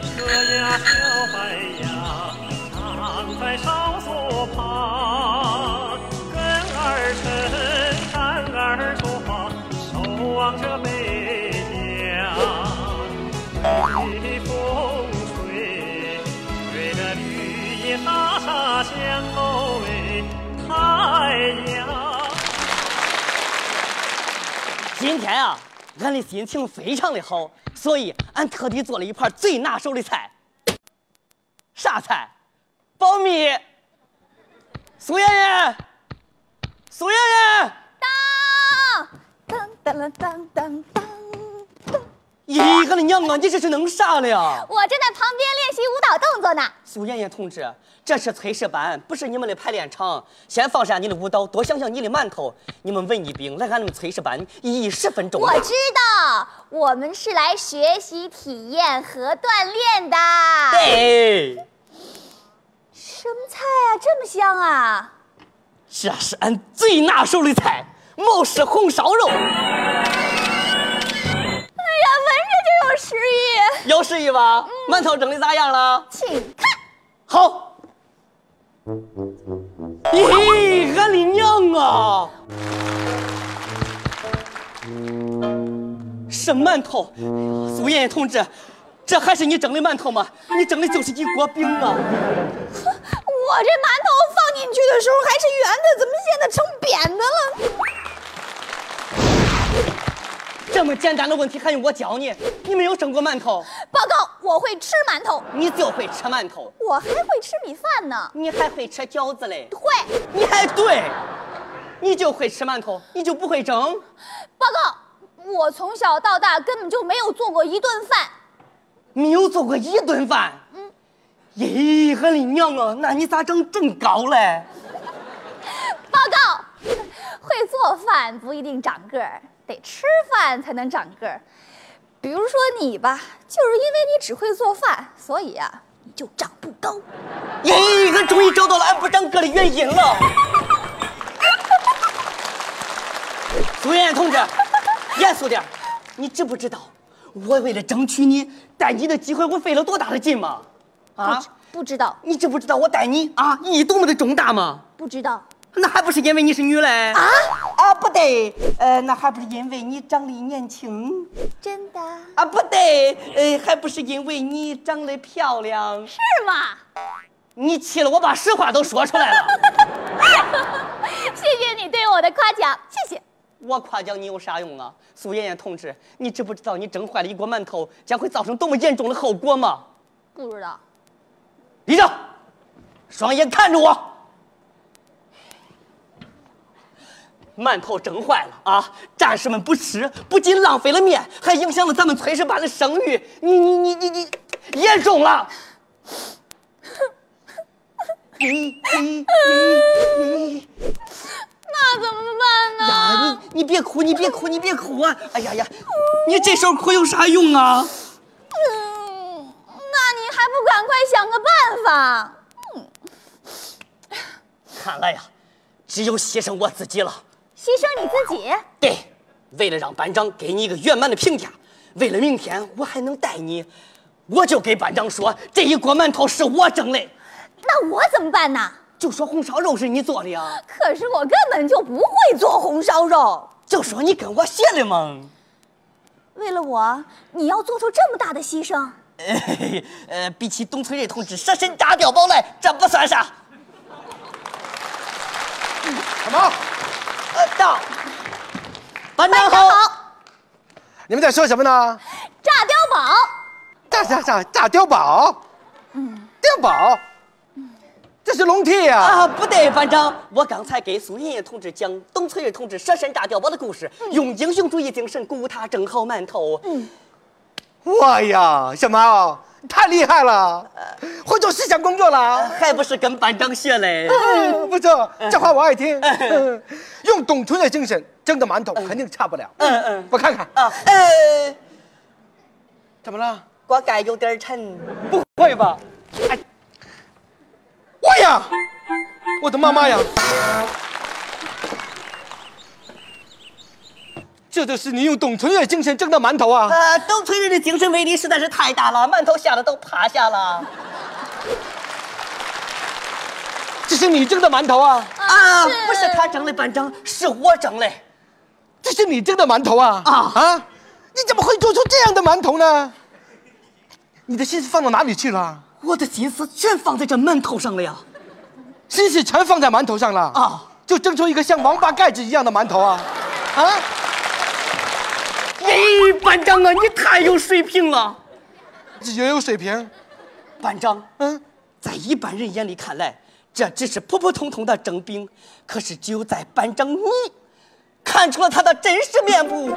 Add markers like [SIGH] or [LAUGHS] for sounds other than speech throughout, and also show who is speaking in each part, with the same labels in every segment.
Speaker 1: 家小白杨，常在哨所旁，根儿深，干儿壮，守望着梅江。微风吹，吹着绿叶沙沙响，哦喂，太阳。
Speaker 2: 今天啊，俺的心情非常的好，所以俺特地做了一盘最拿手的菜。啥菜？苞米。苏媛媛，苏媛媛，
Speaker 3: 哦当当当当当当！
Speaker 2: 咦，我的娘啊，你这是弄啥了呀？
Speaker 3: 我正在旁边练习舞蹈动作呢。
Speaker 2: 苏媛媛同志，这是炊事班，不是你们的排练场。先放下你的舞蹈，多想想你的馒头。你们文艺兵来俺们炊事班，一一十分钟。
Speaker 3: 我知道，我们是来学习、体验和锻炼的。，
Speaker 2: 对，
Speaker 3: 什么菜啊，这么香啊！
Speaker 2: 这是俺最拿手的菜——毛氏红烧肉。
Speaker 3: 哎呀，闻着就有食欲。
Speaker 2: 有示意吧？馒头整的咋样了？
Speaker 3: 请啊看，
Speaker 2: 好。咦，俺的娘啊！是馒头，苏艳艳同志，这还是你蒸的馒头吗？你蒸的就是一锅饼啊！
Speaker 3: 我这馒头放进去的时候还是圆的，怎么现在成扁的了？
Speaker 2: 这么简单的问题还用我教你？你没有蒸过馒头，
Speaker 3: 报告，我会吃馒头，
Speaker 2: 你就会吃馒头，
Speaker 3: 我还会吃米饭呢。
Speaker 2: 你还会吃饺子嘞？
Speaker 3: 会，
Speaker 2: 你还对，你就会吃馒头，你就不会蒸？
Speaker 3: 报告，我从小到大根本就没有做过一顿饭。
Speaker 2: 没有做过一顿饭。嗯。咦，俺的娘啊！那你咋长正高嘞？
Speaker 3: 报告，会做饭不一定长个儿，得吃饭才能长个儿。比如说你吧，就是因为你只会做饭，所以啊，你就长不高。
Speaker 2: 咦，俺终于找到了俺不长个的原因了。苏媛媛同志，严肃点儿，你知不知道，我为了争取你带你的机会，我费了多大的劲吗？
Speaker 3: 不
Speaker 2: 啊
Speaker 3: 知，不知道，
Speaker 2: 你知不知道我带你啊意义多么的重大吗？
Speaker 3: 不知道，
Speaker 2: 那还不是因为你是女嘞？啊啊，不对，呃，那还不是因为你长得年轻。
Speaker 3: 真的
Speaker 2: 啊，不对，呃，还不是因为你长得漂亮。
Speaker 3: 是吗？
Speaker 2: 你气了，我把实话都说出来了。 [LAUGHS]
Speaker 3: 谢谢你对我的夸奖，谢谢。
Speaker 2: 我夸奖你有啥用啊？苏妍妍同志，你知不知道你蒸坏了一锅馒头将会造成多么严重的后果吗？
Speaker 3: 不知道，
Speaker 2: 立正，双眼看着我。馒头蒸坏了啊！战士们不吃，不仅浪费了面，还影响了咱们炊事班的声誉。你你你你你，严重了！哎你你你你
Speaker 3: 那怎么办呢？
Speaker 2: 哎呀，你你别哭，你别哭，你别哭啊！哎呀呀，你这时候哭有啥用啊？
Speaker 3: 嗯，那你还不赶快想个办法？
Speaker 2: 看来呀，只有牺牲我自己了。
Speaker 3: 牺牲你自己，
Speaker 2: 对，为了让班长给你一个圆满的评价，为了明天我还能带你，我就给班长说这一锅馒头是我蒸的，
Speaker 3: 那我怎么办呢？
Speaker 2: 就说红烧肉是你做的呀，
Speaker 3: 可是我根本就不会做红烧肉。
Speaker 2: 就说你跟我学的嘛。
Speaker 3: 为了我，你要做出这么大的牺牲，
Speaker 2: [LAUGHS] 呃，比起董存瑞同志舍身炸碉堡来，这不算啥。
Speaker 4: 什么？
Speaker 2: 呃，到，班长
Speaker 3: 正
Speaker 2: 好。
Speaker 3: 好
Speaker 4: 你们在说什么呢？
Speaker 3: 炸碉堡。
Speaker 4: 炸炸炸炸碉堡？碉堡？这是笼屉呀、
Speaker 2: 啊，不对，班长，我刚才给苏艳艳同志讲董存瑞同志舍身炸碉堡的故事，用英雄主义精神鼓舞他蒸好馒头。
Speaker 4: 哇呀，小毛太厉害了，会做思想工作了。
Speaker 2: 还不是跟班长学嘞？
Speaker 4: 嗯，不错，这话我爱听。嗯用董存瑞精神蒸的馒头肯定差不了。
Speaker 2: 嗯嗯，
Speaker 4: 我看看，
Speaker 2: 啊，呃，
Speaker 4: 怎么了？
Speaker 2: 锅盖有点沉，不会吧？
Speaker 4: 哎我呀，我的妈妈呀！这就是您用董存瑞精神蒸的馒头啊！
Speaker 2: 呃，邓春日的精神威力实在是太大了，馒头吓得都趴下了。
Speaker 4: 这是你蒸的馒头啊！
Speaker 2: 啊，
Speaker 3: 是
Speaker 2: 不是他整的班长，是我整的。
Speaker 4: 这是你蒸的馒头啊！
Speaker 2: 啊
Speaker 4: 啊！你怎么会做出这样的馒头呢？你的心思放到哪里去了？
Speaker 2: 我的心思全放在这馒头上了呀！
Speaker 4: 心思全放在馒头上了
Speaker 2: 啊！
Speaker 4: 就蒸出一个像王八盖子一样的馒头啊！啊！
Speaker 2: 咦，哎班长啊，你太有水平了！
Speaker 4: 也有水平，
Speaker 2: 班长，
Speaker 4: 嗯，
Speaker 2: 在一般人眼里看来，这只是普普通通的蒸饼，可是只有在班长你看出了他的真实面目。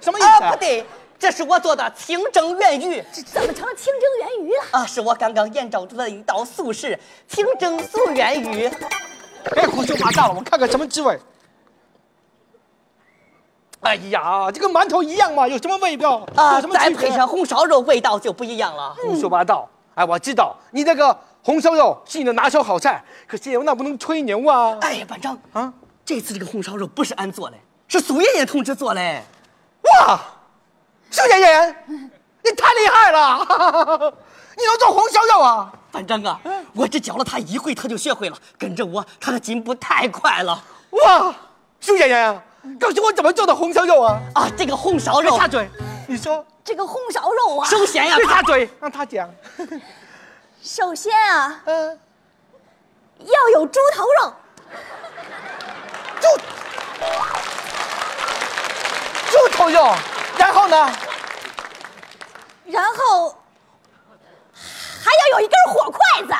Speaker 4: 什么意思、
Speaker 2: 啊，不对，这是我做的清蒸圆鱼。
Speaker 3: 这怎么成了清蒸圆鱼了？
Speaker 2: 啊，是我刚刚研究出的一道素食清蒸素圆鱼。
Speaker 4: 别胡说八道了，我看看什么滋味。哎呀，这跟馒头一样嘛，有什么味道？
Speaker 2: 啊，
Speaker 4: 有什么
Speaker 2: 再
Speaker 4: 区别
Speaker 2: 配上红烧肉，味道就不一样了。
Speaker 4: 胡说八道。哎，我知道你那个红烧肉是你的拿手好菜，可是那不能吹牛啊。
Speaker 2: 哎，班长
Speaker 4: 啊，
Speaker 2: 这次这个红烧肉不是俺做的，是苏妍妍同志做的。
Speaker 4: 哇，宋妍妍，你太厉害了， [LAUGHS] 你能做红烧肉啊？
Speaker 2: 班长啊，我只教了他一回，他就学会了。跟着我，他的进步太快了
Speaker 4: 哇，宋妍妍，告诉我怎么做的红烧肉啊？
Speaker 2: 啊！这个红烧肉，
Speaker 4: 插嘴，你说，
Speaker 3: 这个红烧肉啊，
Speaker 2: 首先呀、
Speaker 4: 别
Speaker 2: 它
Speaker 4: 插嘴，让他讲。
Speaker 3: 首先啊
Speaker 4: 嗯、
Speaker 3: 要有猪头肉，
Speaker 4: 猪猪头肉，然后呢？
Speaker 3: 然后还要有一根火筷子，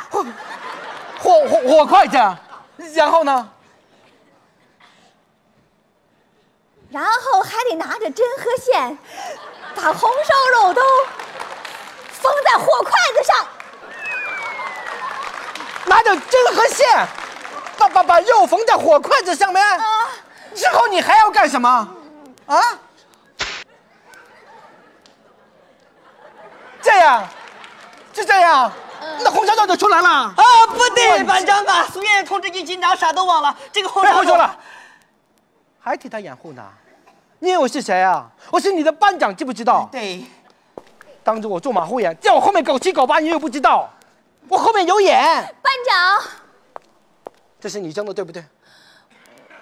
Speaker 4: 火火火筷子，然后呢？
Speaker 3: 然后还得拿着针和线把红烧肉都封在火筷子上。
Speaker 4: 拿着针和线，把把把肉缝在火筷子上面。
Speaker 2: 嗯
Speaker 3: 啊
Speaker 4: 之后你还要干什么？啊？这样，就这样，那红烧肉就出来
Speaker 2: 嗯
Speaker 4: 了。哎
Speaker 2: 啊，不对，班长啊，苏妍妍同志一紧张啥都忘哎了。这个红
Speaker 4: 别
Speaker 2: 烧
Speaker 4: 胡
Speaker 2: 肉
Speaker 4: 说了，还替他掩护呢？你以为我是谁啊？我是你的班长，知不知道？
Speaker 2: 对，
Speaker 4: 当着我做马虎眼，叫我后面狗七狗八，你又不知道，我后面有眼。
Speaker 3: 班长，
Speaker 4: 这是你蒸的，对不对？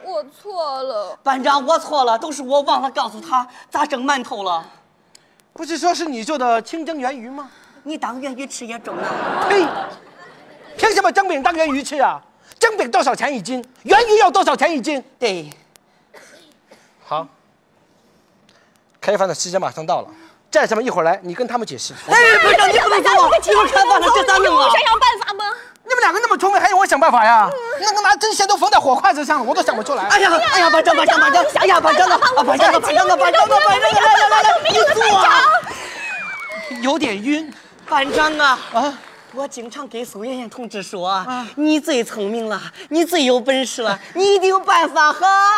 Speaker 3: 我错了，
Speaker 2: 班长我错了，都是我忘了告诉他咋整馒头了。
Speaker 4: 不是说是你做的清蒸圆鱼吗？
Speaker 2: 你当圆鱼吃也中啊？
Speaker 4: 呸！凭什么蒸饼当圆鱼吃啊？蒸饼多少钱一斤？圆鱼要多少钱一斤？
Speaker 2: 对，
Speaker 4: 好，开饭的时间马上到了，战士们一会儿来，你跟他们解释。
Speaker 2: 哎，班长你不能走啊，一会儿开饭了，这咋
Speaker 3: 你给
Speaker 2: 弄
Speaker 3: 我
Speaker 2: 啊？
Speaker 3: 想想办法吧。
Speaker 4: 你们两个那么聪明，还用我想办法呀？那个拿针线都缝在火筷子上了，我都想不出来。
Speaker 2: 哎呀，哎呀，班长，班长，班长，哎呀，班长啊，啊班长啊，班长啊，班长啊，班长啊，来来来来，你坐啊。
Speaker 4: 有点晕
Speaker 2: 班长啊，
Speaker 4: 啊！
Speaker 2: 我经常给苏妍妍同志说，你最聪明了，你最有本事了，你一定有办法哈。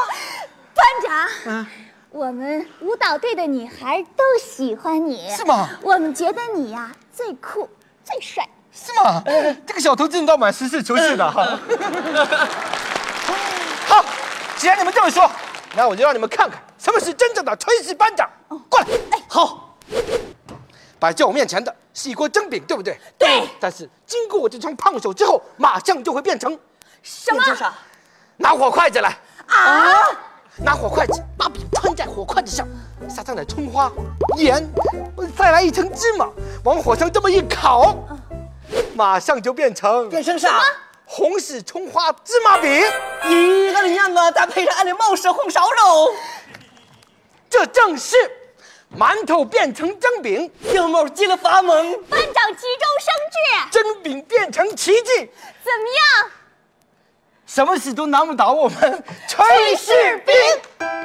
Speaker 3: 班长，
Speaker 4: 啊
Speaker 3: 我们舞蹈队的女孩都喜欢你，
Speaker 4: 是吗
Speaker 3: 我们觉得你呀、最酷、最帅。
Speaker 4: 是吗？这个小头真的蛮实事求是
Speaker 2: [LAUGHS]
Speaker 4: 的哈。好，既然你们这么说，那我就让你们看看什么是真正的炊事班长。过来，
Speaker 2: 哎好，
Speaker 4: 摆在我面前的是一锅蒸饼，对不对？
Speaker 2: 对，
Speaker 4: 但是经过我这双胖手之后，马上就会变成
Speaker 2: 什么？啥？
Speaker 4: 拿火筷子来，
Speaker 2: 啊？
Speaker 4: 拿火筷子把饼穿在火筷子上，撒上点葱花、盐，再来一层芝麻，往火上这么一烤，马上就变成
Speaker 2: 嗯变成啥？
Speaker 4: 红柿葱花芝麻饼。
Speaker 2: 咦，俺的娘啊！再配上俺的毛氏红烧肉，
Speaker 4: 这正是馒头变成蒸饼，
Speaker 2: 小毛急得发懵。
Speaker 3: 班长急中生智，
Speaker 4: 蒸饼变成奇迹，
Speaker 3: 怎么样？
Speaker 4: 什么事都难不倒我们炊
Speaker 3: 事
Speaker 4: 事
Speaker 3: 兵
Speaker 4: 兵。